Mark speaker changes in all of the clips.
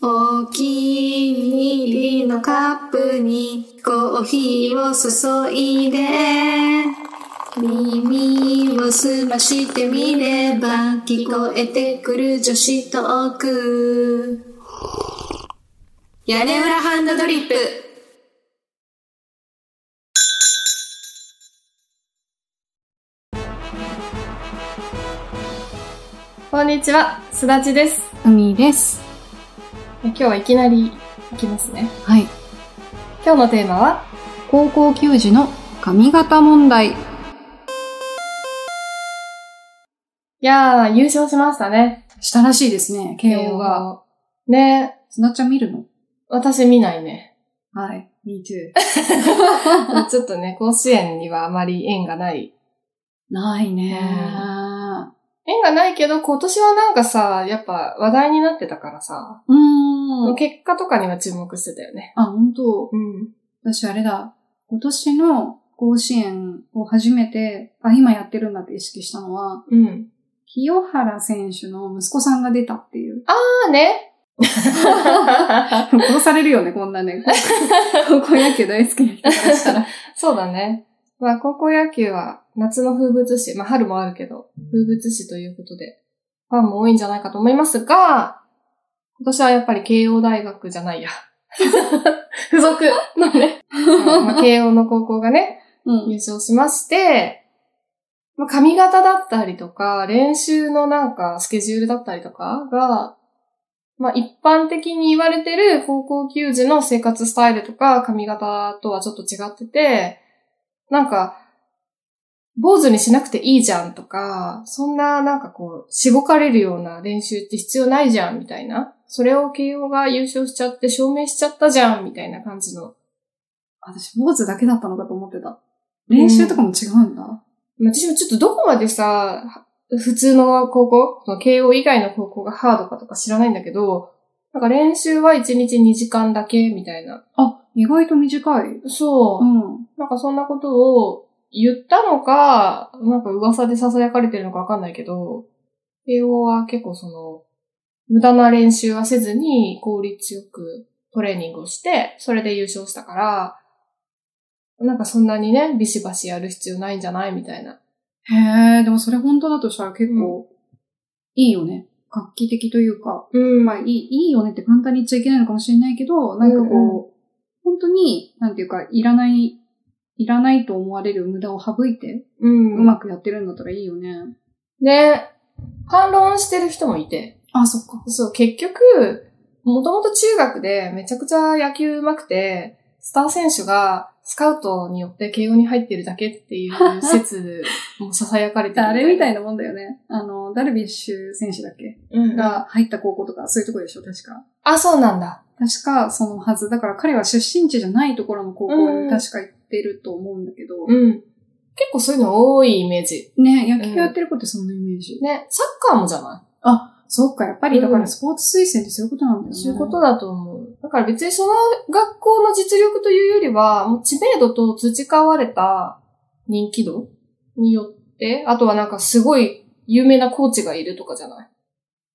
Speaker 1: 大きいビールのカップにコーヒーを注いで耳を澄ましてみれば聞こえてくる女子トーク屋根裏ハンドドリップ
Speaker 2: こんにちは、すだちです。
Speaker 3: 海です。
Speaker 2: 今日はいきなりいきますね。
Speaker 3: はい。
Speaker 2: 今日のテーマは、
Speaker 3: 高校球児の髪型問題。
Speaker 2: いやー、優勝しましたね。
Speaker 3: したらしいですね、慶応が。。
Speaker 2: ね
Speaker 3: すなっちゃん見るの
Speaker 2: 私見ないね。
Speaker 3: はい。me too.
Speaker 2: ちょっとね、甲子園にはあまり縁がない。
Speaker 3: ないね
Speaker 2: 縁がないけど、今年はなんかさ、やっぱ話題になってたからさ、
Speaker 3: うーん。
Speaker 2: 結果とかには注目してたよね。
Speaker 3: あ、本当
Speaker 2: うん。
Speaker 3: 私あれだ。今年の甲子園を初めて、あ、今やってるんだって意識したのは、
Speaker 2: うん。
Speaker 3: 清原選手の息子さんが出たって いう。
Speaker 2: まあね。
Speaker 3: 殺されるよね、こんなね。高校野球大好きな人からした ら。
Speaker 2: そうだね。まあ、高校野球は夏の風物詩、まあ、春もあるけど、風物詩ということで、ファンも多いんじゃないかと思いますが、今年はやっぱり慶応大学じゃないや。付属のね、うんまあ、慶応の高校がね、
Speaker 3: うん
Speaker 2: 優。勝しまして、まあ、髪型だったりとか、練習のなんかスケジュールだったりとかが、まあ、一般的に言われてる高校球児の生活スタイルとか髪型とはちょっと違ってて、なんか、坊主にしなくていいじゃんとか、そんななんかこう、しごかれるような練習って必要ないじゃんみたいな。それを慶応が優勝しちゃって証明しちゃったじゃんみたいな感じの
Speaker 3: 私、坊主だけだったのかと思ってた。練習とかも違うんだ。
Speaker 2: まあ私もちょっとどこまでさ、普通の高校、その慶応以外の高校がハードかとか知らないんだけど、なんか練習は1日2時間だけみたいな。
Speaker 3: あ、意外と短い。
Speaker 2: そう。
Speaker 3: ん。
Speaker 2: なんかそんなことを言ったのか、なんか噂で囁かれてるのかわかんないけど、慶応は結構その、無駄な練習はせずに効率よくトレーニングをして、それで優勝したから、なんかそんなにね、ビシバシやる必要ないんじゃないみたいな。
Speaker 3: へえ、でもそれ本当だとしたら結構、いいよね。画期的というか、
Speaker 2: うん
Speaker 3: まあいい、いいよねって簡単に言っちゃいけないのかもしれないけど、なんかこう、
Speaker 2: うん
Speaker 3: 本当に、なんていうか、いらない、いらないと思われる無駄を省いて、
Speaker 2: うん
Speaker 3: うまくやってるんだったらいいよね。
Speaker 2: で、反論してる人もいて。
Speaker 3: あ、そっか。
Speaker 2: そう、結局、もともと中学でめちゃくちゃ野球上手くて、スター選手がスカウトによって慶応に入ってるだけっ ていう説も囁かれてる。
Speaker 3: あれみた
Speaker 2: い
Speaker 3: いなもんだよね。あの、ダルビッシュ選手だっけ
Speaker 2: な。
Speaker 3: が入った高校とか、そういうとこでしょ、確か。
Speaker 2: あ、そうなんだ。
Speaker 3: 確か、そのはず。だから彼は出身地じゃないところの高校
Speaker 2: うん
Speaker 3: に確か行ってると思うんだけど、
Speaker 2: うん。結構そういうの多いイメージ。
Speaker 3: ね、野球やってる子ってそんなイメージ。
Speaker 2: ね、サッカーもじゃない
Speaker 3: そっか、やっぱ
Speaker 2: う
Speaker 3: り、
Speaker 2: ん
Speaker 3: だからスポーツ推薦ってそういうことなんだよね。
Speaker 2: そういうことだと思う。だから別にその学校の実力というよりは、もう知名度と培われた人気度によって、あとはなんかすごい有名なコーチがいるとかじゃない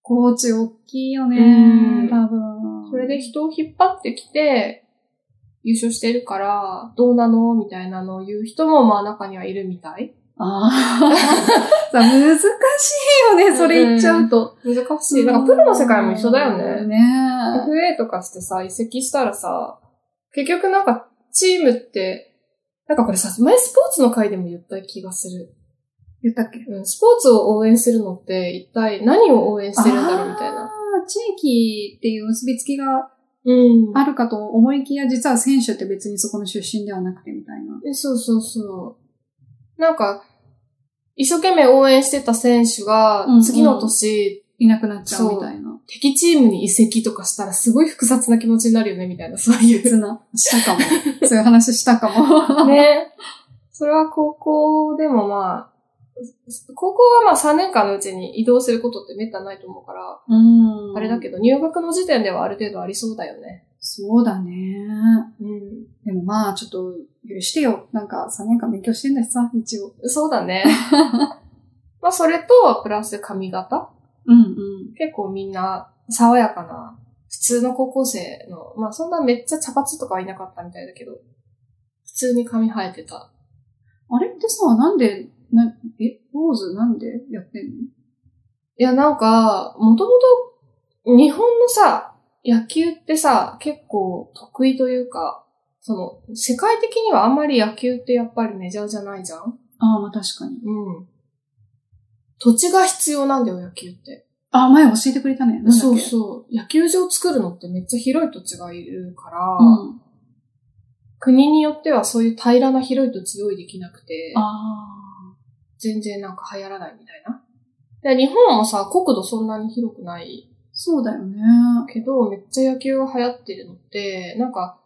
Speaker 3: コーチ大きいよ
Speaker 2: うん
Speaker 3: ね、多分。
Speaker 2: それで人を引っ張ってきて、優勝してるから、どうなのみたいなのを言う人もまあ中にはいるみたい。
Speaker 3: ああ。 さ、難しいよね、それ言っちゃうと。
Speaker 2: 難しい。なんかプロの世界も一緒だよね。
Speaker 3: ね
Speaker 2: FA とかしてさ、移籍したらさ、結局なんかチームって、なんかこれさ、前スポーツの回でも言った気がする。
Speaker 3: 言ったっけ
Speaker 2: うん、スポーツを応援するのって一体何を応援してるんだろうみたい
Speaker 3: あ
Speaker 2: な。
Speaker 3: ー。地域っていう結びつきが
Speaker 2: うん。
Speaker 3: あるかと思いきや、実は選手って別にそこの出身ではなくてみたいな。
Speaker 2: えそうそうそう。なんか、一生懸命応援してた選手が
Speaker 3: うんう、ん
Speaker 2: 次の年、
Speaker 3: いなくなっちゃうみたいな。
Speaker 2: 敵チームに移籍とかしたらすごい複雑な気持ちになるよね、みたいな、そういう。
Speaker 3: 別な、したかも。 そういう話したか も。
Speaker 2: ね。それは高校でもまあ、高校はまあ3年間のうちに移動することってめったにないと思うから、
Speaker 3: うん。
Speaker 2: あれだけど入学の時点ではある程度ありそうだよね。
Speaker 3: そうだね。
Speaker 2: う
Speaker 3: でもまあ、ちょっと許してよ。なんか3年間勉強してんだしさ、一応。
Speaker 2: ん。そうだね。 まあそれと、プラス髪型
Speaker 3: うんうん。
Speaker 2: 結構みんな爽やかな、普通の高校生の、まあそんなめっちゃ茶髪とかはいなかったみたいだけど、普通に髪生えてた。
Speaker 3: あれってさ、なんで、な、え、ポーズなんでやってんの
Speaker 2: いや、なんか、もともと、日本のさ、野球ってさ、結構得意というか、その、世界的にはあんまり野球ってやっぱりメジャーじゃないじゃん
Speaker 3: ああ、まあ確かに。
Speaker 2: うん。土地が必要なんだよ、野球って。
Speaker 3: ああ、前教えてくれたね。なんだっけ
Speaker 2: そうそう。野球場作るのってめっちゃ広い土地がいるから、
Speaker 3: うん。
Speaker 2: 国によってはそういう平らな広い土地用意できなくて、
Speaker 3: あ
Speaker 2: 全然なんか流行らないみたいな。で日本もさ、国土そんなに広くない
Speaker 3: あ、そうだよね。
Speaker 2: けど、めっちゃ野球が流行ってるのって、なんか、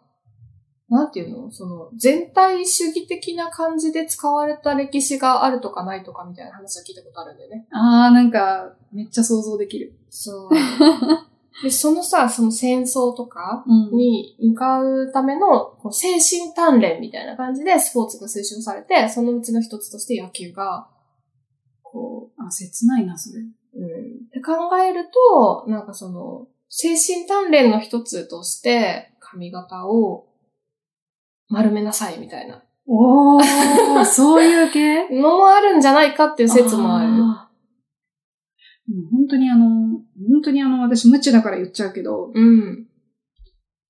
Speaker 2: なんていうのその、全体主義的な感じで使われた歴史があるとかないとかみたいな話は聞いたことあるんだよね。
Speaker 3: ああ、なんか、めっちゃ想像できる。
Speaker 2: そう。で、そのさ、その戦争とか
Speaker 3: うん
Speaker 2: に向かうためのこう精神鍛錬みたいな感じでスポーツが推奨されて、そのうちの一つとして野球が、こう、
Speaker 3: あ、切ないな、それ。
Speaker 2: うんって考えると、なんかその、精神鍛錬の一つとして、髪型を丸めなさいみたいな
Speaker 3: おー、そういう系
Speaker 2: のもあるんじゃないかっていう説もある。
Speaker 3: あー。もう本当にあの、本当にあの、私無知だから言っちゃうけど、
Speaker 2: うん。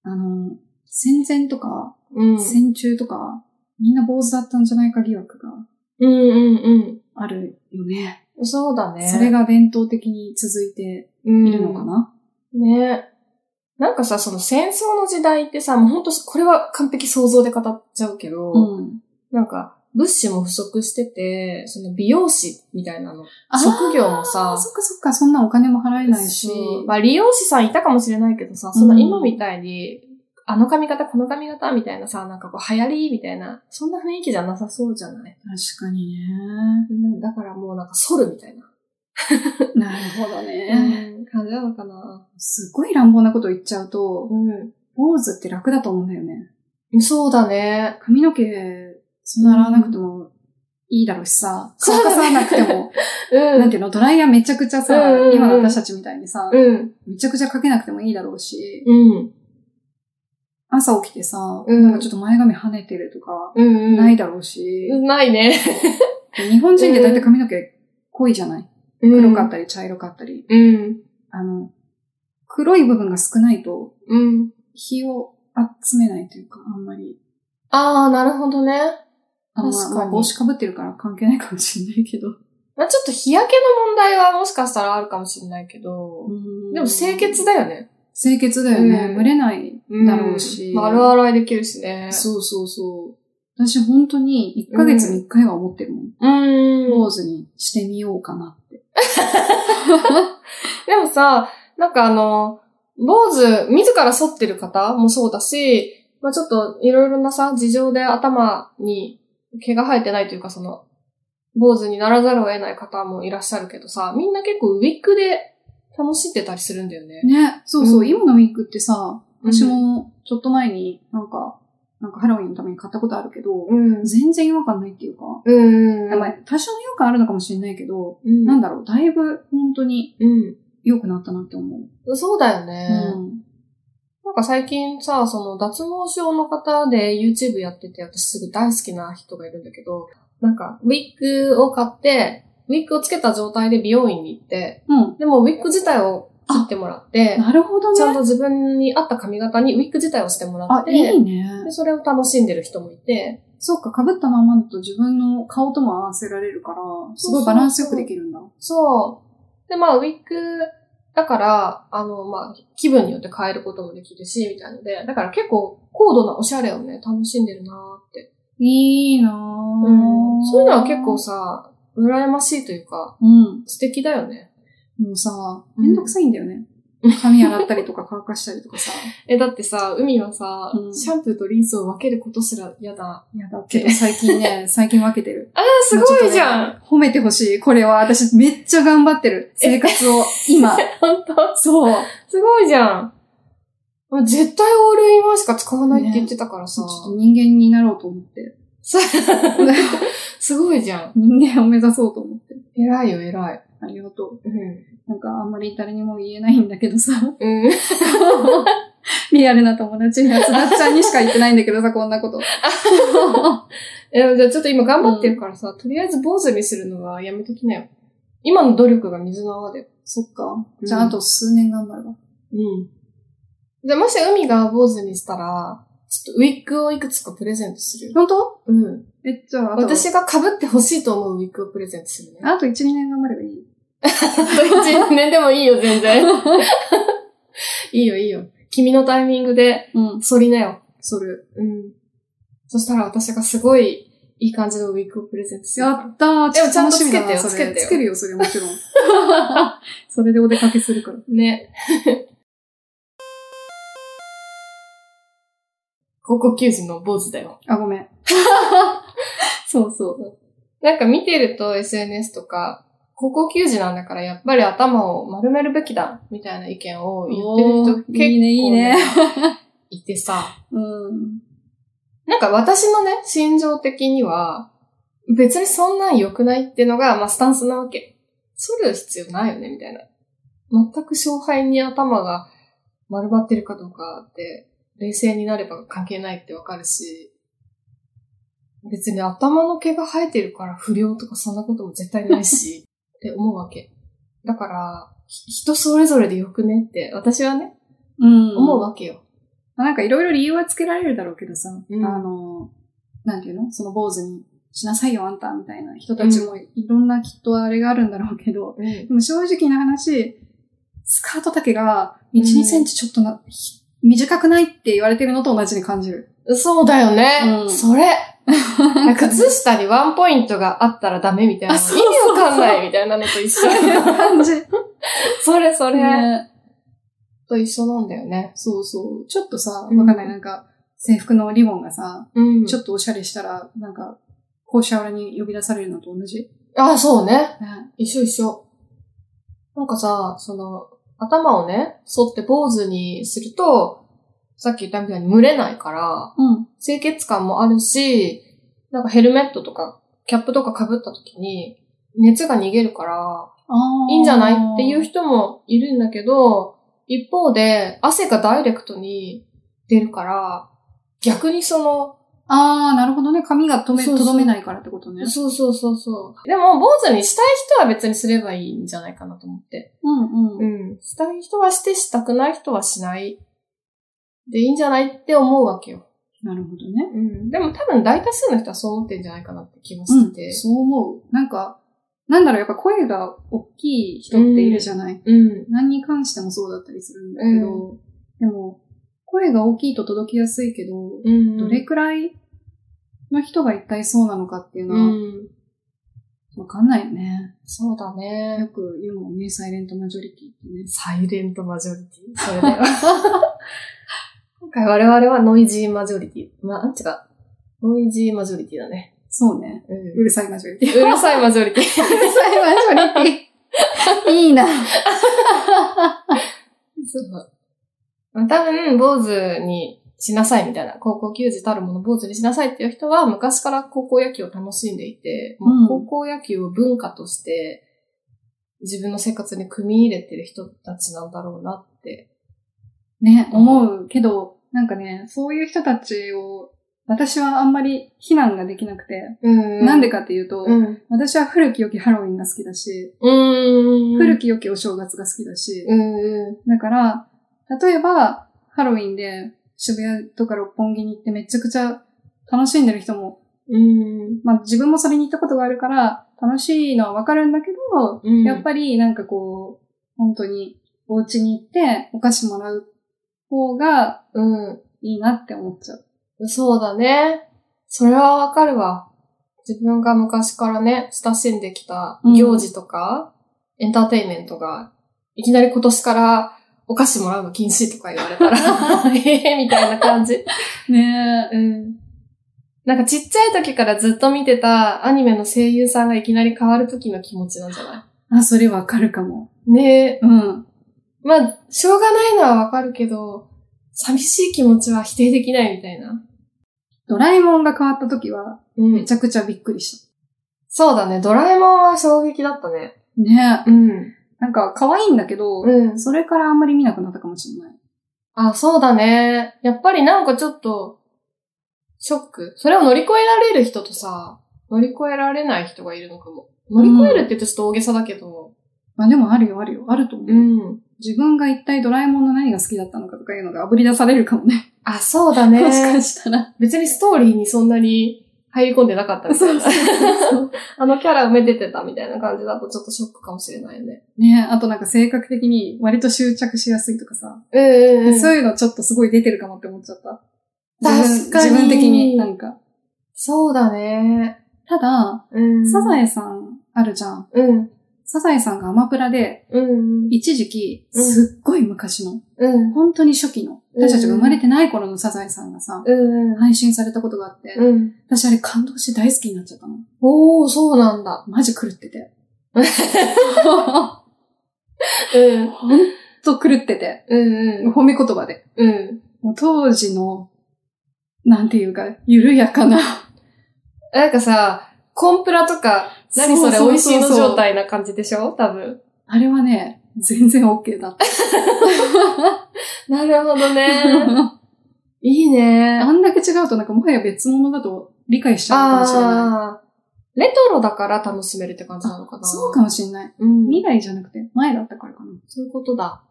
Speaker 3: あの、戦前とか、
Speaker 2: うん。
Speaker 3: 戦中とか、みんな坊主だったんじゃないか疑惑が
Speaker 2: うんうん
Speaker 3: あるよね。
Speaker 2: うん。そうだね。
Speaker 3: それが伝統的に続いて
Speaker 2: い
Speaker 3: いるのかな、
Speaker 2: ね。なんかさ、その戦争の時代ってさ、もうほんと、これは完璧想像で語っちゃうけど、
Speaker 3: うん。
Speaker 2: なんか、物資も不足してて、その美容師みたいなの
Speaker 3: あー
Speaker 2: 職業もさ
Speaker 3: そっかそっか、そんなお金も払えないし。
Speaker 2: まあ、理容師さんいたかもしれないけどさ、そんな今みたいに、あの髪型、この髪型みたいなさ、なんかこう流行りみたいな、そんな雰囲気じゃなさそうじゃない
Speaker 3: 確かにね。
Speaker 2: うんだからもうなんか剃るみたいな、
Speaker 3: なるほどね。
Speaker 2: 感じなのかな。
Speaker 3: すっごい乱暴なこと言っちゃうと、
Speaker 2: う
Speaker 3: 坊主って楽だと思うんだよね。
Speaker 2: ん。そうだね。
Speaker 3: 髪の毛、そんな洗わなくてもいいだろうし さ、乾かさなくても、
Speaker 2: う
Speaker 3: なんていうの、ドライヤーめちゃくちゃさ、
Speaker 2: うんうんうん
Speaker 3: 今の私たちみたいにさ、
Speaker 2: うん。
Speaker 3: めちゃくちゃかけなくてもいいだろうし、
Speaker 2: うん。
Speaker 3: 朝起きてさ、
Speaker 2: うん
Speaker 3: なんかちょっと前髪跳ねてるとか、
Speaker 2: うん
Speaker 3: ないだろうし、
Speaker 2: ないね。。
Speaker 3: 日本人って大体髪の毛濃いじゃない黒かったたり茶色かったり。
Speaker 2: うん。
Speaker 3: あの、黒い部分が少ないと、
Speaker 2: うん。
Speaker 3: 日を集めないというか、あんまり。
Speaker 2: ああ、なるほどね。
Speaker 3: あんま
Speaker 2: 確かに
Speaker 3: まあ帽子かぶってるから関係ないかもしれないけど。
Speaker 2: まあ、ちょっと日焼けの問題はもしかしたらあるかもしれないけど、でも清潔だよね。
Speaker 3: 清潔だよね。
Speaker 2: うん
Speaker 3: 蒸れないだろうし。
Speaker 2: ん丸洗いできるしね。
Speaker 3: そうそうそう。私本当に1ヶ月に1回は思ってるもん。
Speaker 2: うーん。
Speaker 3: 坊主にしてみようかなって。
Speaker 2: でもさ、なんかあの、坊主、自ら剃ってる方もそうだし、まあちょっといろいろなさ、事情で頭に毛が生えてないというかその、坊主にならざるを得ない方もいらっしゃるけどさ、みんな結構ウィッグで楽しんでたりするんだよね。
Speaker 3: ね、そうそう。
Speaker 2: うん
Speaker 3: 今のウィッグってさ、
Speaker 2: うん
Speaker 3: 私もちょっと前になんか、なんかハロウィンのために買ったことあるけど、
Speaker 2: うん。
Speaker 3: 全然違和感ないっていうか、
Speaker 2: うん。
Speaker 3: まあ多少の違和感あるのかもしれないけど、
Speaker 2: うん。
Speaker 3: なんだろう、だいぶ本当に
Speaker 2: う
Speaker 3: 良くなったなって思う。
Speaker 2: ん。そうだよね。
Speaker 3: うん
Speaker 2: なんか最近さ、その脱毛症の方で YouTube やってて、私すぐ大好きな人がいるんだけど、なんかウィッグを買って、ウィッグをつけた状態で美容院に行って、
Speaker 3: うん。
Speaker 2: でもウィッグ自体を切ってもらって、
Speaker 3: なるほど
Speaker 2: ちゃん
Speaker 3: ね。
Speaker 2: と自分に合った髪型にウィッグ自体をしてもら
Speaker 3: あ
Speaker 2: っ、て、
Speaker 3: いいね
Speaker 2: で。それを楽しんでる人もいて、
Speaker 3: そうか、被ったままだと自分の顔とも合わせられるから、すごいバランスよくできるんだ。
Speaker 2: そう。で、まあウィッグだから、あの、まあ気分によって変えることもできるし、みたいので、だから結構高度なおしゃれをね、楽しんでるなーって。
Speaker 3: いいなぁ
Speaker 2: うんそういうのは結構、さ、羨ましいというか、
Speaker 3: うん。
Speaker 2: 素敵だよね。
Speaker 3: もうさ、
Speaker 2: うん
Speaker 3: めんどくさいんだよね。髪洗ったりとか乾かしたりとか さ。
Speaker 2: え、だってさ、海はさ、
Speaker 3: うん
Speaker 2: シャンプーとリンスを分けることすら嫌だ。
Speaker 3: いや、だけど最近ね、最近分けてる。
Speaker 2: あー、 すごいじゃん、
Speaker 3: ん。褒めてほしい。これは私めっちゃ頑張ってる。生活を、今。
Speaker 2: 本当
Speaker 3: そう。
Speaker 2: すごいじゃんもう絶対オールインワンしか使わないって言ってたから
Speaker 3: そ
Speaker 2: さ
Speaker 3: う、ちょっと人間になろうと思って。
Speaker 2: さすごいじゃん。
Speaker 3: 人間を目指そうと思って。
Speaker 2: 偉いよ、偉い。
Speaker 3: ありがとう。
Speaker 2: うん。
Speaker 3: なんかあんまり誰にも言えないんだけどさ、
Speaker 2: うん。
Speaker 3: リアルな友達にはつだっちゃんにしか言ってないんだけどさ、こんなこと。
Speaker 2: え、じゃあちょっと今頑張ってるからさ、とりあえず坊主にするのはやめときなよ。今の努力が水の泡だよ。
Speaker 3: そっか。
Speaker 2: うん
Speaker 3: じゃああと数年頑張るわ。
Speaker 2: うん。で、もし海が坊主にしたら、ちょっとウィッグをいくつかプレゼントするよ。
Speaker 3: 本当
Speaker 2: うん。
Speaker 3: え、じゃああと、
Speaker 2: 私が被ってほしいと思うウィッグをプレゼントするね。
Speaker 3: あと1、2年頑張ればいい。
Speaker 2: あと1年でも いいよ、全然。いいよ、いいよ。君のタイミングで、
Speaker 3: うん。
Speaker 2: 反りなよ。
Speaker 3: それ。
Speaker 2: うん。そしたら私がすごい、いい感じのウィッグをプレゼントする
Speaker 3: や
Speaker 2: から。
Speaker 3: ったー。
Speaker 2: でもちゃんと
Speaker 3: 楽しみだな
Speaker 2: つけてよ
Speaker 3: それ
Speaker 2: つけてよ
Speaker 3: つけるよ、それも ちろん。それでお出かけするから。
Speaker 2: ね。高校球児の坊主だよ。
Speaker 3: あ、ご めん。そうそう。
Speaker 2: なんか見てると SNS とか、高校球児なんだからやっぱり頭を丸めるべきだ、みたいな意見を言ってる人結構、
Speaker 3: おーいいねいいね。
Speaker 2: いてさ、
Speaker 3: うん。
Speaker 2: なんか私のね、心情的には、別にそんなん良くないってのが、まあスタンスなわけ。剃る必要ないよね、みたいな。全く勝敗に頭が丸まってるかどうかって、冷静になれば関係ないってわかるし、別に頭の毛が生えてるから不良とかそんなことも絶対ないし、って思うわけ。だから、ひ人それぞれでよくねって、私はね、
Speaker 3: うん。
Speaker 2: 思うわけよ。
Speaker 3: まあなんかいろいろ理由はつけられるだろうけどさ、
Speaker 2: うん
Speaker 3: あの、なんていうのその坊主にしなさいよ、あんた、みたいな人たちもいろんなきっとあれがあるんだろうけど、
Speaker 2: うん
Speaker 3: でも正直な話、スカート丈が1、
Speaker 2: うん
Speaker 3: 2センチちょっとな、ひ短くないって言われてるのと同じに感じ る。
Speaker 2: そうだよね。
Speaker 3: うん
Speaker 2: それ。靴下にワンポイントがあったらダメみたいな。
Speaker 3: あ
Speaker 2: 意
Speaker 3: そう
Speaker 2: 味
Speaker 3: そうそう
Speaker 2: わかんないみたいなのと 一
Speaker 3: そ
Speaker 2: 緒
Speaker 3: う。いう感じ。
Speaker 2: それそれ。
Speaker 3: ね
Speaker 2: と一緒なんだよね。
Speaker 3: そうそう。ちょっとさ、わか
Speaker 2: うん
Speaker 3: んない。なんか、制服のリボンがさ、
Speaker 2: うん
Speaker 3: ちょっとおしゃれしたら、なんか、校舎裏に呼び出されるのと同じ。
Speaker 2: あ、そうね。
Speaker 3: ね
Speaker 2: 一緒一緒。なんかさ、その、頭をね、剃って坊主にすると、さっき言ったみたいに蒸れないから、
Speaker 3: うん。
Speaker 2: 清潔感もあるし、なんかヘルメットとか、キャップとか被った時に、熱が逃げるから、
Speaker 3: あー
Speaker 2: いいんじゃないっていう人もいるんだけど、一方で汗がダイレクトに出るから、逆にその、
Speaker 3: ああ、なるほどね。髪が止め、
Speaker 2: そう
Speaker 3: と
Speaker 2: そう
Speaker 3: どめないからってことね。
Speaker 2: そうそうそうそう。でも、坊主にしたい人は別にすればいいんじゃないかなと思って。
Speaker 3: うんうん。
Speaker 2: ん。したい人はして、したくない人はしない。で、いいんじゃないって思うわけよ。
Speaker 3: なるほどね。
Speaker 2: うん。でも多分大多数の人はそう思ってんじゃないかなって気が
Speaker 3: う
Speaker 2: し
Speaker 3: ん
Speaker 2: てて。。
Speaker 3: そう思う。なんか、なんだろう、やっぱ声が大きい人っているじゃない、
Speaker 2: うん。
Speaker 3: 何に関してもそうだったりするんだけど、でも、声が大きいと届きやすいけど、
Speaker 2: うん。
Speaker 3: どれくらいの人が一体そうなのかっていうの
Speaker 2: う
Speaker 3: は、
Speaker 2: ん。
Speaker 3: わかんないよね。
Speaker 2: そうだ
Speaker 3: よ
Speaker 2: ね。
Speaker 3: く言うもんね、サイレントマジョリティってね。
Speaker 2: サイレントマジョリティ。それだよ。今回我々はノイジーマジョリティ。まあ、違う。ノイジーマジョリティだね。
Speaker 3: そうね。
Speaker 2: うん。
Speaker 3: うるさいマジョリティ。
Speaker 2: うるさいマジョリティ。
Speaker 3: うるさいマジョリティ。 いいな。
Speaker 2: そう。まあ、多分、坊主にしなさいみたいな、高校球児たるもの坊主にしなさいっていう人は、昔から高校野球を楽しんでいて、
Speaker 3: うん
Speaker 2: もう高校野球を文化として、自分の生活に組み入れてる人たちなんだろうなって。
Speaker 3: ね、思うけど、なんかね、そういう人たちを、私はあんまり非難ができなくて、
Speaker 2: うん
Speaker 3: なんでかっていうと、
Speaker 2: うん。
Speaker 3: 私は古き良きハロウィンが好きだし、
Speaker 2: うん。
Speaker 3: 古き良きお正月が好きだし、
Speaker 2: うんうん。
Speaker 3: だから、例えば、ハロウィンで渋谷とか六本木に行ってめちゃくちゃ楽しんでる人も、
Speaker 2: うん。
Speaker 3: まあ自分もそれに行ったことがあるから、楽しいのはわかるんだけど、
Speaker 2: うん
Speaker 3: やっぱりなんかこう、本当にお家に行ってお菓子もらう方が
Speaker 2: う
Speaker 3: いいなって思っちゃう。
Speaker 2: ん。そうだね。それはわかるわ。自分が昔からね、親しんできた行事とか、エンターテインメントが、いきなり今年からお菓子もらうの禁止とか言われた ら、ええみたいな感じ。
Speaker 3: ねえ。
Speaker 2: うん。なんかちっちゃい時からずっと見てたアニメの声優さんがいきなり変わる時の気持ちなんじゃな
Speaker 3: あ、それわかるかも。
Speaker 2: いねえ。
Speaker 3: うん。
Speaker 2: まあ、しょうがないのはわかるけど、寂しい気持ちは否定できないみたいな。
Speaker 3: ドラえもんが変わった時は、
Speaker 2: うん
Speaker 3: めちゃくちゃびっくりし
Speaker 2: そうだね。ドラえもんは衝撃だったね。
Speaker 3: た。ねえ。
Speaker 2: うん。
Speaker 3: なんか可愛いんだけど、
Speaker 2: うん。
Speaker 3: それからあんまり見なくなったかもしれない。
Speaker 2: あ、そうだね。やっぱりなんかちょっと、ショック。それを乗り越えられる人とさ、乗り越えられない人がいるのかも。乗り越えるって言うとちょっと大げさだけど、
Speaker 3: まあでもあるよあるよ、あると思う。
Speaker 2: ん。
Speaker 3: 自分が一体ドラえもんの何が好きだったのかとかいうのが炙り出されるかもね。
Speaker 2: あ、そうだね。
Speaker 3: もしかした ら。
Speaker 2: 別にストーリーにそんなに入り込んでなかったみたいな。 あのキャラ埋めててたみたいな感じだとちょっとショックかもしれないよね。
Speaker 3: ねあとなんか性格的に割と執着しやすいとかさ。
Speaker 2: うんう
Speaker 3: そういうのちょっとすごい出てるかもって思っちゃった。
Speaker 2: 確
Speaker 3: 自分
Speaker 2: かに
Speaker 3: 自分的になんか。
Speaker 2: そうだね。
Speaker 3: ただ、
Speaker 2: うん
Speaker 3: サザエさんあるじゃん。
Speaker 2: うん。
Speaker 3: サザエさんがアマプラで、
Speaker 2: うん。
Speaker 3: 一時期、
Speaker 2: うん
Speaker 3: すっごい昔の、
Speaker 2: うん。
Speaker 3: 本当に初期の、
Speaker 2: うん
Speaker 3: 私たちが生まれてない頃のサザエさんがさ、
Speaker 2: うん。
Speaker 3: 配信されたことがあって、
Speaker 2: うん。
Speaker 3: 私あれ感動して大好きになっちゃったの。
Speaker 2: おー、そうなんだ。
Speaker 3: マジ狂って て。
Speaker 2: うん。
Speaker 3: ほんと狂ってて。
Speaker 2: うん。
Speaker 3: 褒め言葉で。
Speaker 2: うん。
Speaker 3: もう当時の、なんていうか、緩やかな。
Speaker 2: なんかさ、コンプラとか、何それ
Speaker 3: ううう
Speaker 2: 美味しいの
Speaker 3: そう
Speaker 2: 状態な感じでしょ多分。
Speaker 3: あれはね、全然 OK だった。
Speaker 2: なるほどね。 いいね。
Speaker 3: あんだけ違うとなんかもはや別物だと理解しちゃうのかもしれない。
Speaker 2: あーレトロだから楽しめるって感じなのかな。
Speaker 3: そうかもしれない。
Speaker 2: うん。
Speaker 3: 未来じゃなくて前だったからかな。
Speaker 2: そういうことだ。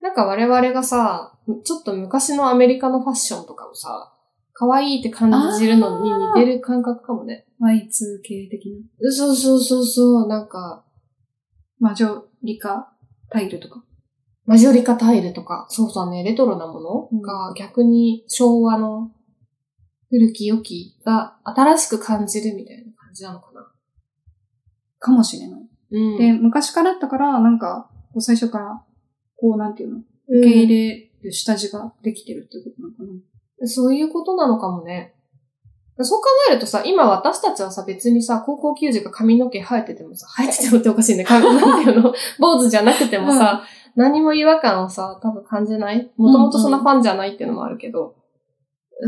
Speaker 2: なんか我々がさ、ちょっと昔のアメリカのファッションとかをさ、可愛いって感じるのに似てる感覚かもね。
Speaker 3: Y2K 的な。
Speaker 2: そうそうそうそう、なんか、
Speaker 3: 魔女、理科、タイルとか。
Speaker 2: マジョリカタイルとか、そうだね、レトロなも
Speaker 3: う
Speaker 2: の
Speaker 3: ん
Speaker 2: が逆に昭和の古き良きが新しく感じるみたいな感じなのかな。
Speaker 3: かもしれない。
Speaker 2: うん
Speaker 3: で、昔からだったから、なんか、こう最初から、こうなんていうの、受け入れる下地ができてるってことなのかな。
Speaker 2: そういうことなのかもね。そう考えるとさ、今私たちはさ、別にさ、高校球児が髪の毛生えててもさ、生えててもっておかしいね。髪なんていうの坊主じゃなくてもさ、何も違和感をさ、多分感じないもともとそんなファンじゃないっていうのもあるけど。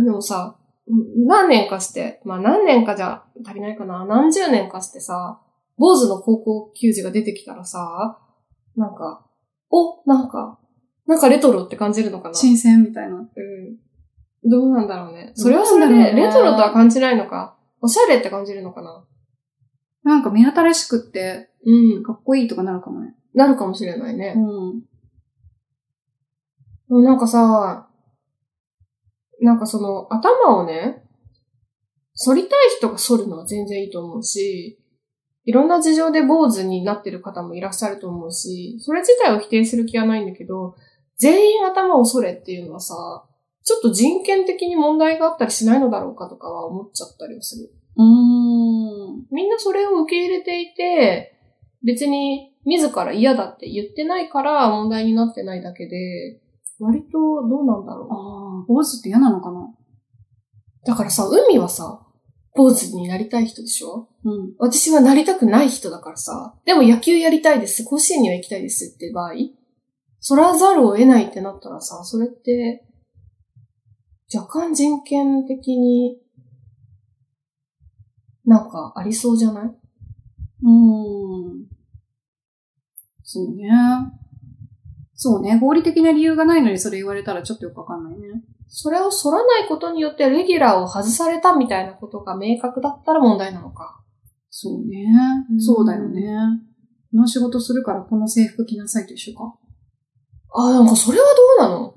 Speaker 2: でもさ、うん何年かして、まあ何年かじゃ足りないかな。何十年かしてさ、坊主の高校球児が出てきたらさ、なんか、お、なんか、なんかレトロって感じるのかな
Speaker 3: 新鮮みたいな。
Speaker 2: うん。どうなんだろうね。それはそれ
Speaker 3: どうなんだ
Speaker 2: で、
Speaker 3: ろうね
Speaker 2: レトロとは感じないのか。おしゃれって感じるのかな。
Speaker 3: なんか目新しくって、
Speaker 2: うん。
Speaker 3: かっこいいとかなるかもね。
Speaker 2: なるかもしれないね。
Speaker 3: ん。
Speaker 2: でもなんかさ、なんかその、頭をね、反りたい人が反るのは全然いいと思うし、いろんな事情で坊主になってる方もいらっしゃると思うし、それ自体を否定する気はないんだけど、全員頭を反れっていうのはさ、ちょっと人権的に問題があったりしないのだろうかとかは思っちゃったりはする。
Speaker 3: うーん。
Speaker 2: みんなそれを受け入れていて、別に自ら嫌だって言ってないから問題になってないだけで、割とどうなんだ
Speaker 3: あ
Speaker 2: ろ
Speaker 3: あ、坊主って嫌なのかな
Speaker 2: う。だからさ、海はさ、坊主になりたい人でしょ
Speaker 3: うん。
Speaker 2: 私はなりたくない人だからさ、でも野球やりたいです、甲子園には行きたいですって場合、そらざるを得ないってなったらさ、それって、若干人権的に、なんかありそうじゃないう
Speaker 3: ーん。そうね。そうね。合理的な理由がないのにそれ言われたらちょっとよくわかんないね。
Speaker 2: それを反らないことによってレギュラーを外されたみたいなことが明確だったら問題なのか。
Speaker 3: そうね
Speaker 2: う。ん
Speaker 3: そうだよね。この仕事するからこの制服着なさいと一緒か。
Speaker 2: あ、なんかそれはどうなの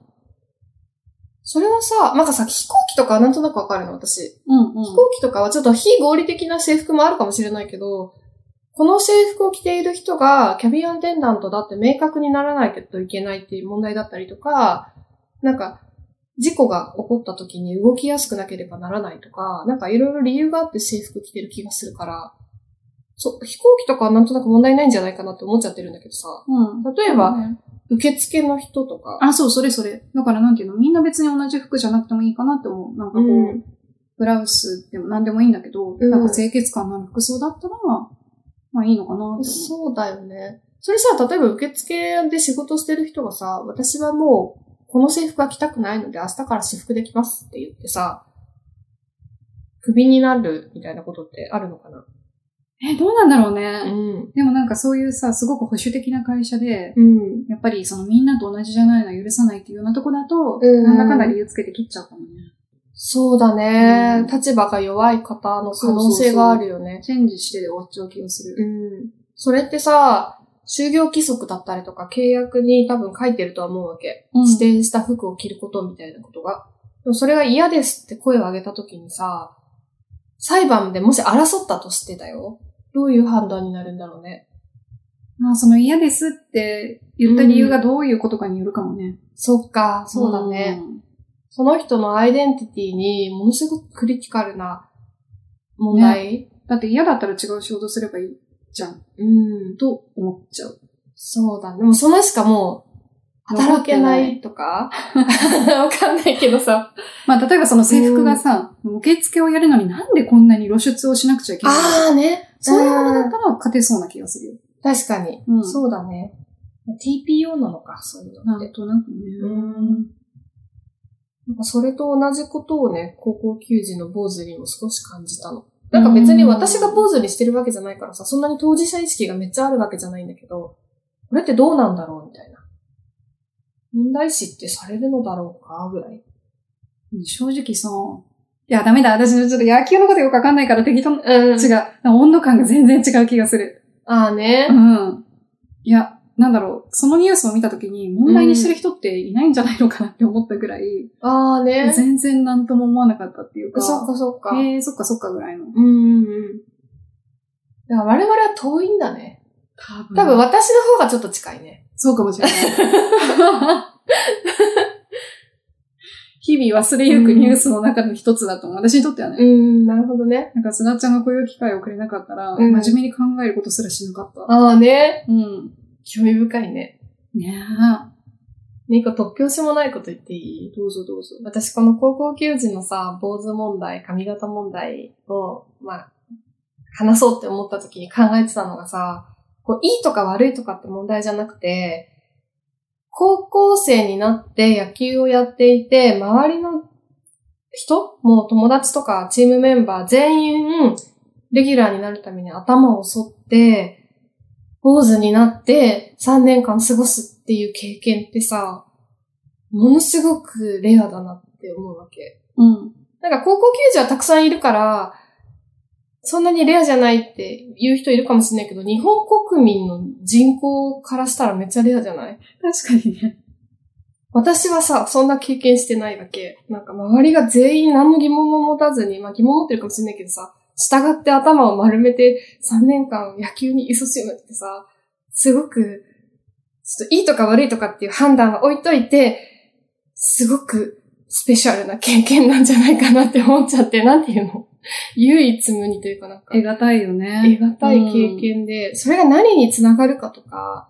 Speaker 2: それはさ、なんかさ、飛行機とかはなんとなくわかるの、私。
Speaker 3: うんうん。
Speaker 2: 飛行機とかはちょっと非合理的な制服もあるかもしれないけど、この制服を着ている人がキャビンアンテンダントだって明確にならないといけないっていう問題だったりとか、なんか、事故が起こった時に動きやすくなければならないとか、なんかいろいろ理由があって制服着てる気がするから、そう、飛行機とかはなんとなく問題ないんじゃないかなって思っちゃってるんだけどさ、
Speaker 3: うん。
Speaker 2: 例えば、受付の人とか、
Speaker 3: あ、そう、それそれ。だからなんていうの、みんな別に同じ服じゃなくてもいいかなって思う。なんかこう、
Speaker 2: うん
Speaker 3: ブラウスでも何でもいいんだけど、
Speaker 2: うん
Speaker 3: なんか清潔感のある服装だったら、まあいいのかなって思う。
Speaker 2: そうだよね。それさ、例えば受付で仕事してる人がさ、私はもう、この制服は着たくないので、明日から私服できますって言ってさ、クビになるみたいなことってあるのかな
Speaker 3: え、どうなんだろう
Speaker 2: う
Speaker 3: ね。
Speaker 2: ん。
Speaker 3: でもなんかそういうさ、すごく保守的な会社で、
Speaker 2: うん。
Speaker 3: やっぱりそのみんなと同じじゃないのは許さないっていうようなとこだと、
Speaker 2: うん
Speaker 3: なんだかんだ理由つけて切っちゃうかもね。
Speaker 2: そうだね、
Speaker 3: うん
Speaker 2: 立場が弱い方の可能性があるよね。
Speaker 3: チェンジしてで終わっちゃう気がする。
Speaker 2: うん。それってさ、就業規則だったりとか契約に多分書いてるとは思うわけ。
Speaker 3: うん
Speaker 2: 指定した服を着ることみたいなことが。でもそれが嫌ですって声を上げた時にさ、裁判でもし争ったとしてだよ。どういう判断になるんだろうね。
Speaker 3: まあその嫌ですって言った理由がどういうことかによるかもね。
Speaker 2: そっか、そうだね。
Speaker 3: ん。
Speaker 2: その人のアイデンティティにものすごくクリティカルな問題、
Speaker 3: だって嫌だったら違う仕事すればいいじゃん。
Speaker 2: うん。
Speaker 3: と思っちゃう。
Speaker 2: そうだね。でもそのしかもう、働けないとか わかんないけどさ。
Speaker 3: まあ例えばその制服がさ、受付をやるのになんでこんなに露出をしなくちゃいけないの
Speaker 2: ああね。
Speaker 3: そういうものだったら勝てそうな気がするよ。
Speaker 2: 確かに。
Speaker 3: うん
Speaker 2: そうだね。TPO なのか、そういうの
Speaker 3: な
Speaker 2: って
Speaker 3: ん。となく
Speaker 2: う
Speaker 3: ね。
Speaker 2: ん。なんかそれと同じことをね、高校球児の坊主にも少し感じたの。なんか別に私が坊主にしてるわけじゃないからさ、そんなに当事者意識がめっちゃあるわけじゃないんだけど、これってどうなんだろうみたいな。問題視ってされるのだろうかぐらい。
Speaker 3: うん正直さ、いやダメだ。私ちょっと野球のことよくわかんないから適当な、
Speaker 2: う
Speaker 3: 違う。なんか温度感が全然違う気がする。
Speaker 2: ああね
Speaker 3: う。ん。いや、なんだろう。そのニュースを見たときに問題にしてる人っていないんじゃないのかなって思ったぐらい、
Speaker 2: ああね。
Speaker 3: 全然何とも思わなかったっていうか。
Speaker 2: そっかそっか。
Speaker 3: えー、そっかそっかぐらいの。
Speaker 2: うんうんうん。だから我々は遠いんだね。
Speaker 3: 多
Speaker 2: 多分私の方がちょっと近いね。
Speaker 3: そうかもしれない。日々忘れゆくニュースの中の一つだと思う。私にとってはね。
Speaker 2: ん、なるほどね。
Speaker 3: なんか、すなちゃんがこういう機会をくれなかったら、
Speaker 2: うん
Speaker 3: 真面目に考えることすらしなかった。
Speaker 2: ああね。
Speaker 3: うん。
Speaker 2: 興味深いね。
Speaker 3: ねえ。
Speaker 2: ニコ、突拍子もないこと言っていい
Speaker 3: どうぞどうぞ。
Speaker 2: 私この高校球児のさ、坊主問題、髪型問題を、まあ、話そうって思った時に考えてたのがさ、こう、いいとか悪いとかって問題じゃなくて、高校生になって野球をやっていて、周りの人もう友達とかチームメンバー全員、レギュラーになるために頭を剃って、坊主になって3年間過ごすっていう経験ってさ、ものすごくレアだなって思うわけ。
Speaker 3: うん。
Speaker 2: なんか高校球児はたくさんいるから、そんなにレアじゃないって言う人いるかもしれないけど、日本国民の人口からしたらめっちゃレアじゃない
Speaker 3: 確かにね。
Speaker 2: 私はさ、そんな経験してないわけ。なんか周りが全員何の疑問も持たずに、まあ疑問持ってるかもしれないけどさ、従って頭を丸めて3年間野球に勤しむってさ、すごく、ちょっといいとか悪いとかっていう判断は置いといて、すごくスペシャルな経験なんじゃないかなって思っちゃって、なんていうの唯一無二というかなんか。
Speaker 3: 得難いよ
Speaker 2: 得
Speaker 3: ね。
Speaker 2: 難い経験で、それが何につながるかとか、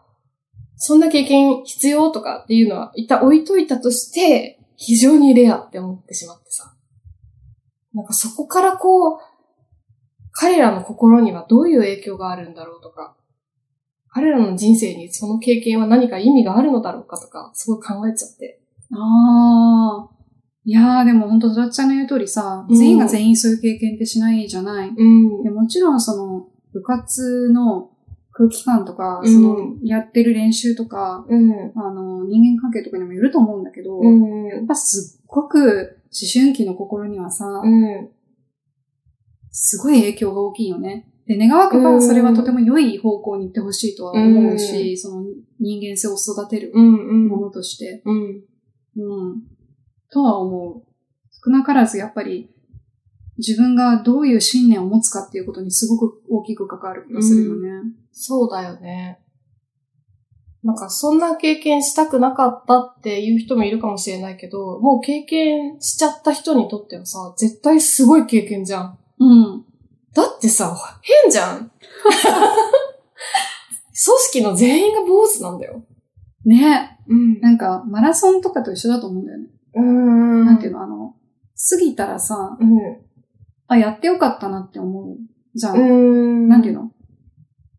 Speaker 2: そんな経験必要とかっていうのは一旦置いといたとして、非常にレアって思ってしまってさ。なんかそこからこう、彼らの心にはどういう影響があるんだろうとか、彼らの人生にその経験は何か意味があるのだろうかとか、すごい考えちゃって。
Speaker 3: ああ。いやー、でも本当と、っちゃんの言う通りさ、
Speaker 2: うん
Speaker 3: 全員が全員そういう経験ってしないじゃない。
Speaker 2: うん
Speaker 3: でもちろんその、部活の空気感とか、
Speaker 2: うん
Speaker 3: その、やってる練習とか、
Speaker 2: うん。
Speaker 3: あの、人間関係とかにもよると思うんだけど、
Speaker 2: う
Speaker 3: や
Speaker 2: ん。
Speaker 3: っぱすっごく思春期の心にはさ、
Speaker 2: うん。
Speaker 3: すごい影響が大きいよね。で、願わくばそれはとても良い方向に行ってほしいとは思うし、その人間性を育てる
Speaker 2: うん。
Speaker 3: ものとして、
Speaker 2: うん。
Speaker 3: うん、とは思う。少なからずやっぱり、自分がどういう信念を持つかっていうことにすごく大きく関わる気がするよね。
Speaker 2: そうだよね。なんか、そんな経験したくなかったっていう人もいるかもしれないけど、もう経験しちゃった人にとってはさ、絶対すごい経験じゃん。
Speaker 3: うん。
Speaker 2: だってさ、変じゃん 組織の全員が坊主なんだよ。
Speaker 3: ね
Speaker 2: うん
Speaker 3: なんか、マラソンとかと一緒だと思うんだよね。
Speaker 2: うーん。
Speaker 3: なんていう
Speaker 2: の
Speaker 3: の、あの、過ぎたらさ、
Speaker 2: うん。
Speaker 3: あ、やってよかったなって思うじゃん。
Speaker 2: うん。
Speaker 3: なんていうの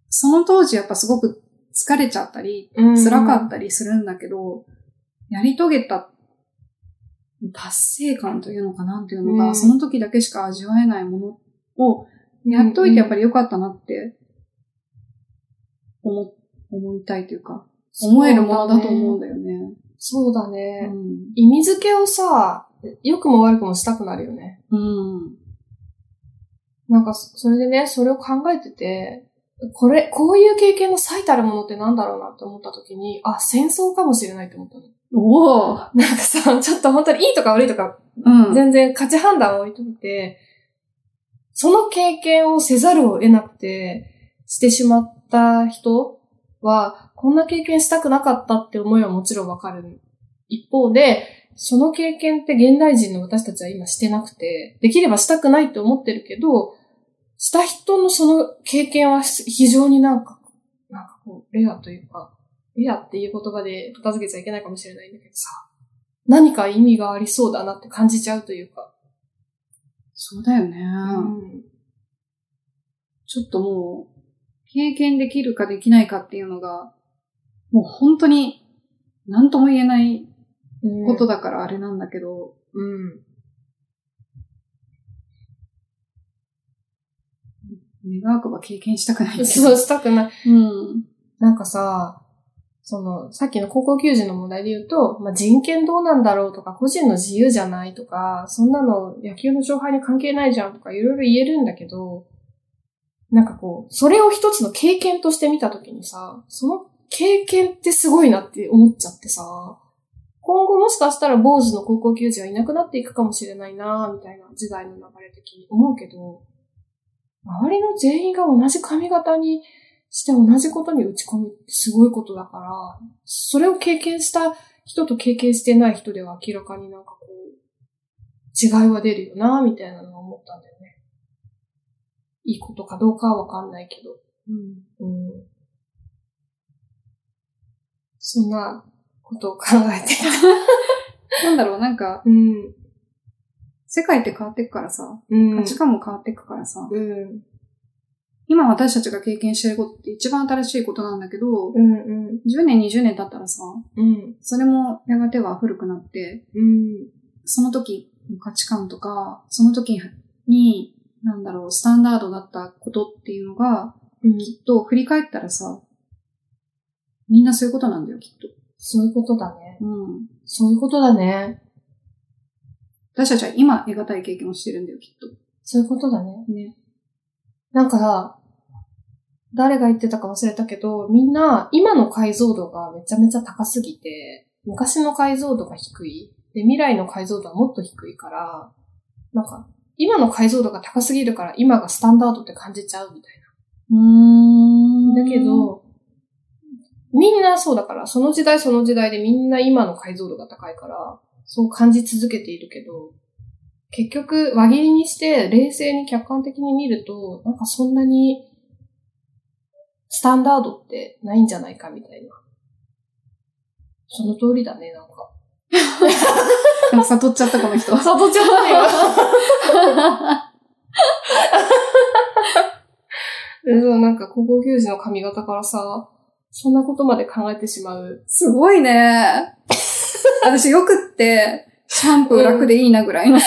Speaker 3: その当時やっぱすごく疲れちゃったり、
Speaker 2: の。
Speaker 3: 辛かったたりするんだけど、やり遂げた達成感というのかなんていうのが、
Speaker 2: うん
Speaker 3: その時だけしか味わえないものをやっといてやっぱり良かったなって、思、思いたいというか、思えるものだと思うん
Speaker 2: だ。
Speaker 3: だよね。
Speaker 2: そうだ
Speaker 3: う
Speaker 2: ね。
Speaker 3: ん。
Speaker 2: 意味付けをさ、良くも悪くもしたくなるよね。
Speaker 3: うん。
Speaker 2: なんかそ、それでね、それを考えてて、これ、こういう経験の最たるものってなんだろうなって思った時に、あ、戦争かもしれないって思ったの。
Speaker 3: おお
Speaker 2: なんかさ、ちょっと本当にいいとか悪いとか、
Speaker 3: うん。
Speaker 2: 全然価値判断を置いといて、その経験をせざるを得なくて、してしまった人は、こんな経験したくなかったって思いはもちろんわかる。一方で、その経験って現代人の私たちは今してなくて、できればしたくないって思ってるけど、した人のその経験は非常になんか、なんかこう、レアというか、レアっていう言葉で片付けちゃいけないかもしれないんだけどさ、何か意味がありそうだなって感じちゃうというか。
Speaker 3: そうだよね。
Speaker 2: うん
Speaker 3: ちょっともう、経験できるかできないかっていうのが、もう本当に何とも言えないことだからあれなんだけど、
Speaker 2: うん。
Speaker 3: 願わくば経験したくないけど。
Speaker 2: そうしたくない。
Speaker 3: うん。
Speaker 2: なんかさ、その、さっきの高校球児の問題で言うと、まあ、人権どうなんだろうとか、個人の自由じゃないとか、そんなの野球の勝敗に関係ないじゃんとか、いろいろ言えるんだけど、なんかこう、それを一つの経験として見たときにさ、その経験ってすごいなって思っちゃってさ、今後もしかしたら坊主の高校球児はいなくなっていくかもしれないなみたいな時代の流れ的に思うけど、周りの全員が同じ髪型にして同じことに打ち込むってすごいことだから、それを経験した人と経験してない人では明らかになんかこう、違いは出るよなみたいなのを思ったんだよね。いいことかどうかはわかんないけど。
Speaker 3: うん。
Speaker 2: うん。そんなことを考えて。
Speaker 3: なんだろう、なんか、
Speaker 2: うん。
Speaker 3: 世界って変わってくからさ、
Speaker 2: うん。
Speaker 3: 価値観も変わってくからさ、
Speaker 2: うん。
Speaker 3: 今私たちが経験してることって一番新しいことなんだけど、
Speaker 2: うん。うん。
Speaker 3: 10年、20年経ったらさ、
Speaker 2: うん。
Speaker 3: それもやがては古くなって、
Speaker 2: うん。
Speaker 3: その時の価値観とか、その時に、なんだろう、スタンダードだったことっていうのが、
Speaker 2: うん。
Speaker 3: きっと振り返ったらさ、みんなそういうことなんだよ、きっと。
Speaker 2: そういうことだね。
Speaker 3: うん。
Speaker 2: そういうことだね。
Speaker 3: 私たちは今、得難い経験をしてるんだよ、きっと。
Speaker 2: そういうことだね。
Speaker 3: ね。
Speaker 2: なんか、誰が言ってたか忘れたけど、みんな、今の解像度がめちゃめちゃ高すぎて、昔の解像度が低い。で、未来の解像度はもっと低いから、なんか、今の解像度が高すぎるから、今がスタンダードって感じちゃうみたいな。
Speaker 3: うーん
Speaker 2: だけ、ど、みんなそうだから、その時代その時代でみんな今の解像度が高いから、そう感じ続けているけど、結局輪切りにして冷静に客観的に見ると、なんかそんなにスタンダードってないんじゃないかみたいな。その通りだね、なんか。
Speaker 3: なんか悟っちゃった、この人。
Speaker 2: 悟っちゃったね今でそう、なんか高校球児の髪型からさ、そんなことまで考えてしまう。
Speaker 3: すごい ね。私よくって、シャンプー楽でいいなぐらいの。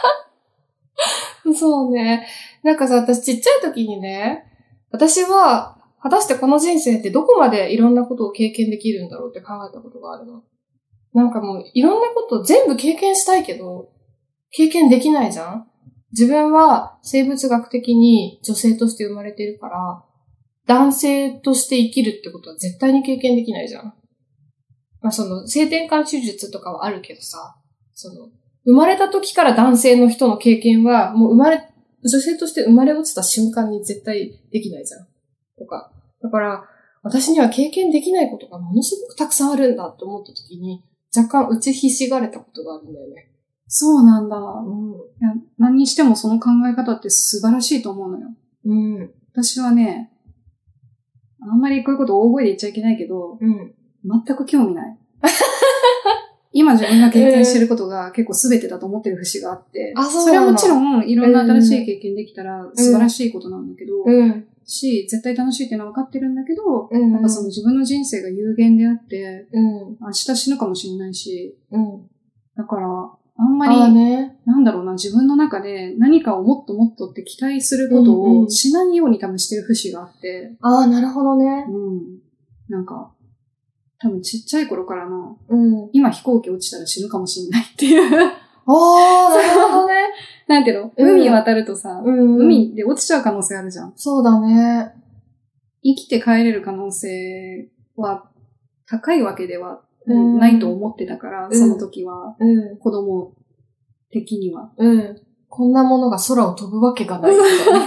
Speaker 2: そうね。なんかさ、私ちっちゃい時にね、私は、果たしてこの人生ってどこまでいろんなことを経験できるんだろうって考えたことがあるの。なんかもういろんなこと全部経験したいけど、経験できないじゃん自分は生物学的に女性として生まれてるから、男性として生きるってことは絶対に経験できないじゃん。まあその、性転換手術とかはあるけどさ、その、生まれた時から男性の人の経験は、もう生まれ、女性として生まれ落ちた瞬間に絶対できないじゃん。とか。だから、私には経験できないことがものすごくたくさんあるんだって思った時に、若干打ちひしがれたことがあるんだよね。
Speaker 3: そうなんだ。
Speaker 2: う
Speaker 3: い
Speaker 2: ん。
Speaker 3: や何にしてもその考え方って素晴らしいと思うのよ。
Speaker 2: うん。
Speaker 3: 私はね、あんまりこういうこと大声で言っちゃいけないけど、
Speaker 2: うん。
Speaker 3: 全く興味 ない。今自分が経験してることが結構全てだと思ってる節があって、
Speaker 2: あそう
Speaker 3: れ
Speaker 2: な
Speaker 3: は
Speaker 2: の
Speaker 3: もちろんいろんな新しい経験できたら素晴らしいことなんだけど、
Speaker 2: うん。
Speaker 3: し、絶対楽しいっていうのは分かってるんだけど、
Speaker 2: うん。
Speaker 3: なんかその自分の人生が有限であって、
Speaker 2: うん。
Speaker 3: 明日死ぬかもしれないし、
Speaker 2: うん。
Speaker 3: だから、明あんま
Speaker 2: ああ
Speaker 3: り、
Speaker 2: ね。
Speaker 3: なんだろうな、自分の中で何かをもっともっとって期待すること
Speaker 2: うんう
Speaker 3: を
Speaker 2: ん
Speaker 3: しないように多分してる節があって、
Speaker 2: ああ、なるほどね。
Speaker 3: うん。なんか、多分ちっちゃい頃からな、
Speaker 2: うん。
Speaker 3: 今飛行機落ちたら死ぬかもしれないっていう。
Speaker 2: ああ、なるほどね。
Speaker 3: なんていうの
Speaker 2: うん
Speaker 3: 海渡るとさ、
Speaker 2: うん。。
Speaker 3: 海で落ちちゃう可能性あるじゃん。
Speaker 2: そうだね。
Speaker 3: 生きて帰れる可能性は高いわけでは
Speaker 2: うん
Speaker 3: ないと思ってたから、
Speaker 2: うん
Speaker 3: その時は、
Speaker 2: うん。
Speaker 3: 子供的には。
Speaker 2: うん。こんなものが空を飛ぶわけがないみたい な。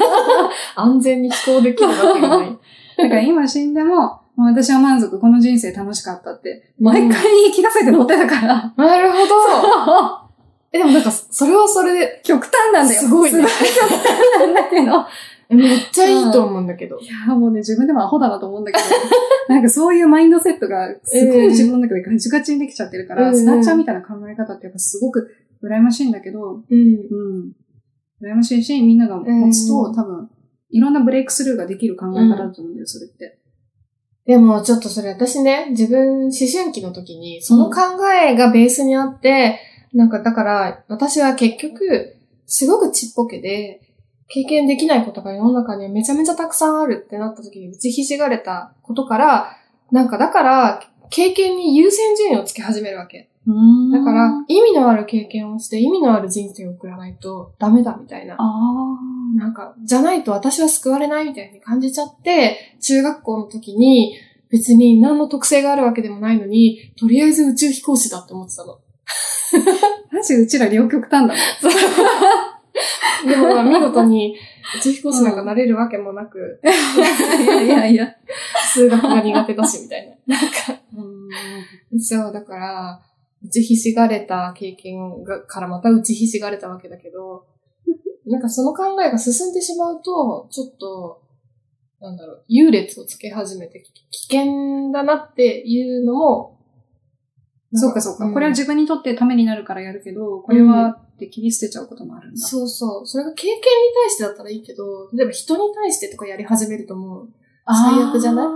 Speaker 2: 安全に飛行できるわけがない。
Speaker 3: だから今死んでも、 まあ私は満足、この人生楽しかったって、毎回言い聞かせて乗ってたから。
Speaker 2: なるほど。え、でもなんか、それはそれで、
Speaker 3: 極端なんだよ。
Speaker 2: すごいね
Speaker 3: ご極端なんだけど。
Speaker 2: えめっちゃいいと思うんだけど。
Speaker 3: いや、もうね、自分でもアホだなと思うんだけ ど、なんかそういうマインドセットが、すごい自分の中でガチガチにできちゃってるか
Speaker 2: うん
Speaker 3: ら、
Speaker 2: うん
Speaker 3: スナッチャーみたいな考え方ってやっぱすごく羨ましいんだけど、
Speaker 2: うん。
Speaker 3: うん。羨ましいし、みんなが持つと、多分、いろんなブレイクスルーができる考え方だと思うんだよ、それって。
Speaker 2: でも、ちょっとそれ私ね、自分、思春期の時に、その考えがベースにあって、なんか、だから、私は結局、すごくちっぽけで、経験できないことが世の中にはめちゃめちゃたくさんあるってなった時に打ちひしがれたことから、なんかだから、経験に優先順位をつけ始めるわけ。だか
Speaker 3: う
Speaker 2: ら
Speaker 3: ん、
Speaker 2: 意味のある経験をして、意味のある人生を送らないとダメだみたいな
Speaker 3: あ。あ。
Speaker 2: なんか、じゃないと私は救われないみたいに感じちゃって、中学校の時に、別に何の特性があるわけでもないのに、とりあえず宇宙飛行士だって思って たの。
Speaker 3: マジうちら両極端だね。
Speaker 2: でもまあ見事に宇宙飛行士なんかなれるわけもなく、
Speaker 3: いやいやいや。
Speaker 2: 数学が苦手だしみたいな。なんか、
Speaker 3: うん
Speaker 2: そう、だから、打ちひしがれた経験がからまた打ちひしがれたわけだけ ど、なんかその考えが進んでしまうと、ちょっと、なんだろう、優劣をつけ始めて、き危険だなっていうのも、
Speaker 3: そうかそうか。これは
Speaker 2: 分
Speaker 3: 自分にとってためになるからやるけど、これはって切り捨てちゃうこともあるんだ。
Speaker 2: そうそう。それが経験に対してだったらいいけど、例えば人に対してとかやり始めると思う。最悪じゃない
Speaker 3: あー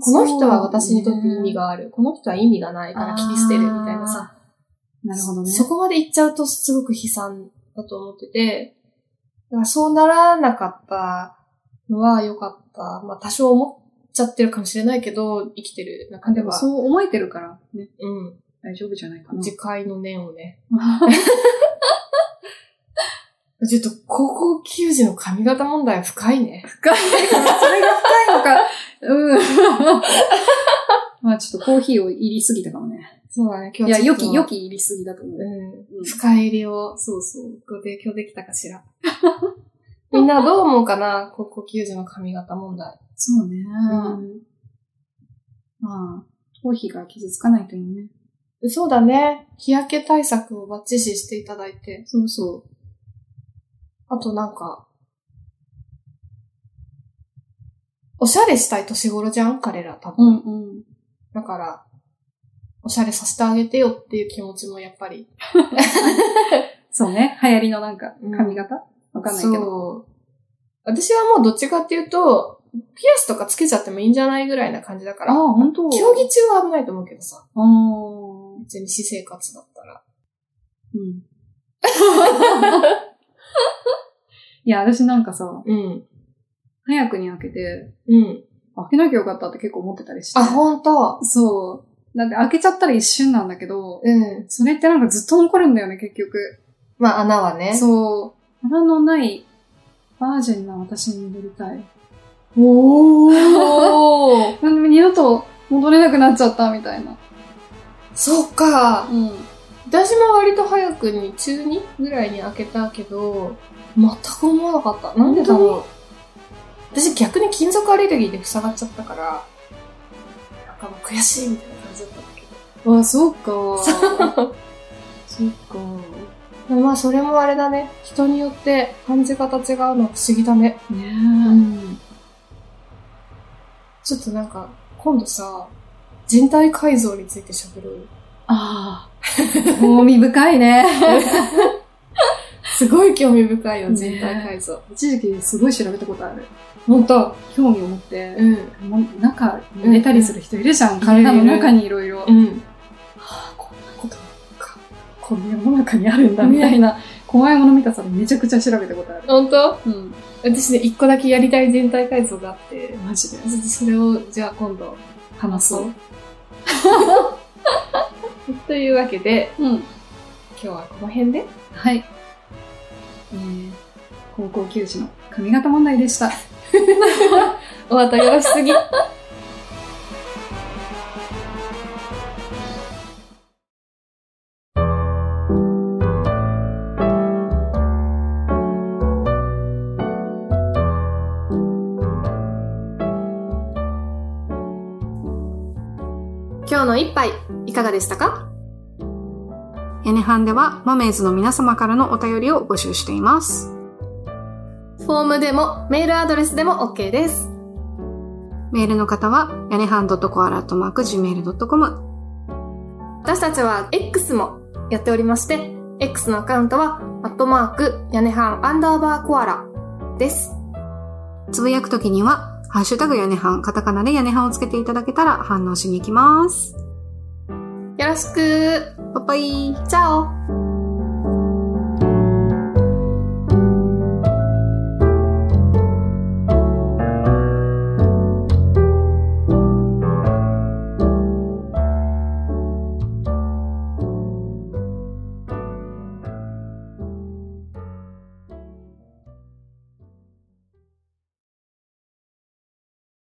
Speaker 2: この人は私にとって意味
Speaker 3: が。
Speaker 2: がある。この人は意味がないから切り捨てるみたいなさ。
Speaker 3: なるほどね。
Speaker 2: そこまで行っちゃうとすごく悲惨だと思ってて、だからそうならなかったのは良かった。まあ多少思っちゃってるかもしれないけど、生きてる中で
Speaker 3: でも
Speaker 2: は、
Speaker 3: そう思えてるから、ね、
Speaker 2: うん、
Speaker 3: 大丈夫じゃないかな。
Speaker 2: 自戒の念をね。ちょっと高校球児の髪型問題は深いね。
Speaker 3: それが深いのか。うん。まあちょっとコーヒーを入りすぎたかもね。
Speaker 2: そうだね、今
Speaker 3: いや、
Speaker 2: 日はちょ
Speaker 3: 良
Speaker 2: っと
Speaker 3: き、良。き入りすぎだと思う。
Speaker 2: う。
Speaker 3: うんん
Speaker 2: 深入りを
Speaker 3: そうそう。
Speaker 2: ご提供できたかしら。 みんなどう思うかな高校球児の髪型問題。
Speaker 3: そうね。
Speaker 2: うん
Speaker 3: まあ、コーヒーが傷つかないといいね。
Speaker 2: そうだね。日焼け対策をバッチシしていただいて。
Speaker 3: そうそう。
Speaker 2: あとなんか、おしゃれしたい年頃じゃん彼ら多分。
Speaker 3: うんうん。
Speaker 2: だから、おしゃれさせてあげてよっていう気持ちもやっぱり。
Speaker 3: そうね。流行りのなんか
Speaker 2: うん、
Speaker 3: 髪型わかんないけど。
Speaker 2: そう。私はもうどっちかっていうと、ピアスとかつけちゃってもいいんじゃないぐらいな感じだか
Speaker 3: ああ、
Speaker 2: ら。
Speaker 3: 本当
Speaker 2: 競技中は危ないと思うけどさ。
Speaker 3: ああ。
Speaker 2: 別に私生活だったら。
Speaker 3: うん。 いや、私なんかさ、
Speaker 2: うん。
Speaker 3: 早くに開けて、
Speaker 2: うん。
Speaker 3: 開けなきゃよかったって結構思ってたりして。
Speaker 2: あ、ほんと
Speaker 3: そう。だって開けちゃったら一瞬なんだけど、
Speaker 2: うん。
Speaker 3: それってなんかずっと残るんだよね、結局。
Speaker 2: まあ穴はね。
Speaker 3: そう。穴のない、バージンな私に戻りたい。
Speaker 2: おー。
Speaker 3: なんで二度と戻れなくなっちゃった、みたいな。
Speaker 2: そっか。
Speaker 3: うん。
Speaker 2: 私も割と早くに、中2ぐらいに開けたけど、全く思わなかった。なんでだろう。私逆に金属アレルギーで塞がっちゃったから、なんかもう悔しいみたいな感じだったんだけ
Speaker 3: あ、そうか。そうか。
Speaker 2: ど。でもまあそれもあれだね。人によって感じ方違うのは不思議だね。
Speaker 3: ねえ。
Speaker 2: ん。ちょっとなんか、今度さ、人体改造について喋ろうよ。
Speaker 3: ああ。興味深いね。
Speaker 2: すごい興味深いよ、
Speaker 3: ね
Speaker 2: 人体改造。
Speaker 3: 一時期すごい調べたことある。
Speaker 2: ほんと。
Speaker 3: 興味を持って、
Speaker 2: ん。
Speaker 3: もう中に入れたりする人いるじゃん。
Speaker 2: うんうん
Speaker 3: 体の中にいろいろ。
Speaker 2: うん。
Speaker 3: こんなことなんか、この世の中中にあるんだ、みたいな、怖いもの見たさでめちゃくちゃ調べたことある。
Speaker 2: 本当
Speaker 3: うん。
Speaker 2: 私ね、一個だけやりたい全体改造があって、
Speaker 3: マジで。
Speaker 2: それを、じゃあ今度、
Speaker 3: 話そう。
Speaker 2: というわけで、
Speaker 3: うん。
Speaker 2: 今日はこの辺で。
Speaker 3: はい。えー、高校球児の髪型問題でした。
Speaker 2: おわたよろしすぎ。今日の一杯いかがでしたか
Speaker 1: 屋根班ではマメーズの皆様からのお便りを募集しています。
Speaker 2: フォームでもメールアドレスでも OK です。
Speaker 1: メールの方は、屋根班 .coala.gmail.com、
Speaker 2: 私たちは X もやっておりまして、X のアカウントは、アットマーク、屋根半アンダーバーコアラです。
Speaker 1: つぶやくときには、ハッシュタグ屋根班、カタカナで屋根班をつけていただけたら反応しに行きます。
Speaker 2: よろしく
Speaker 1: パパイ
Speaker 2: チャオ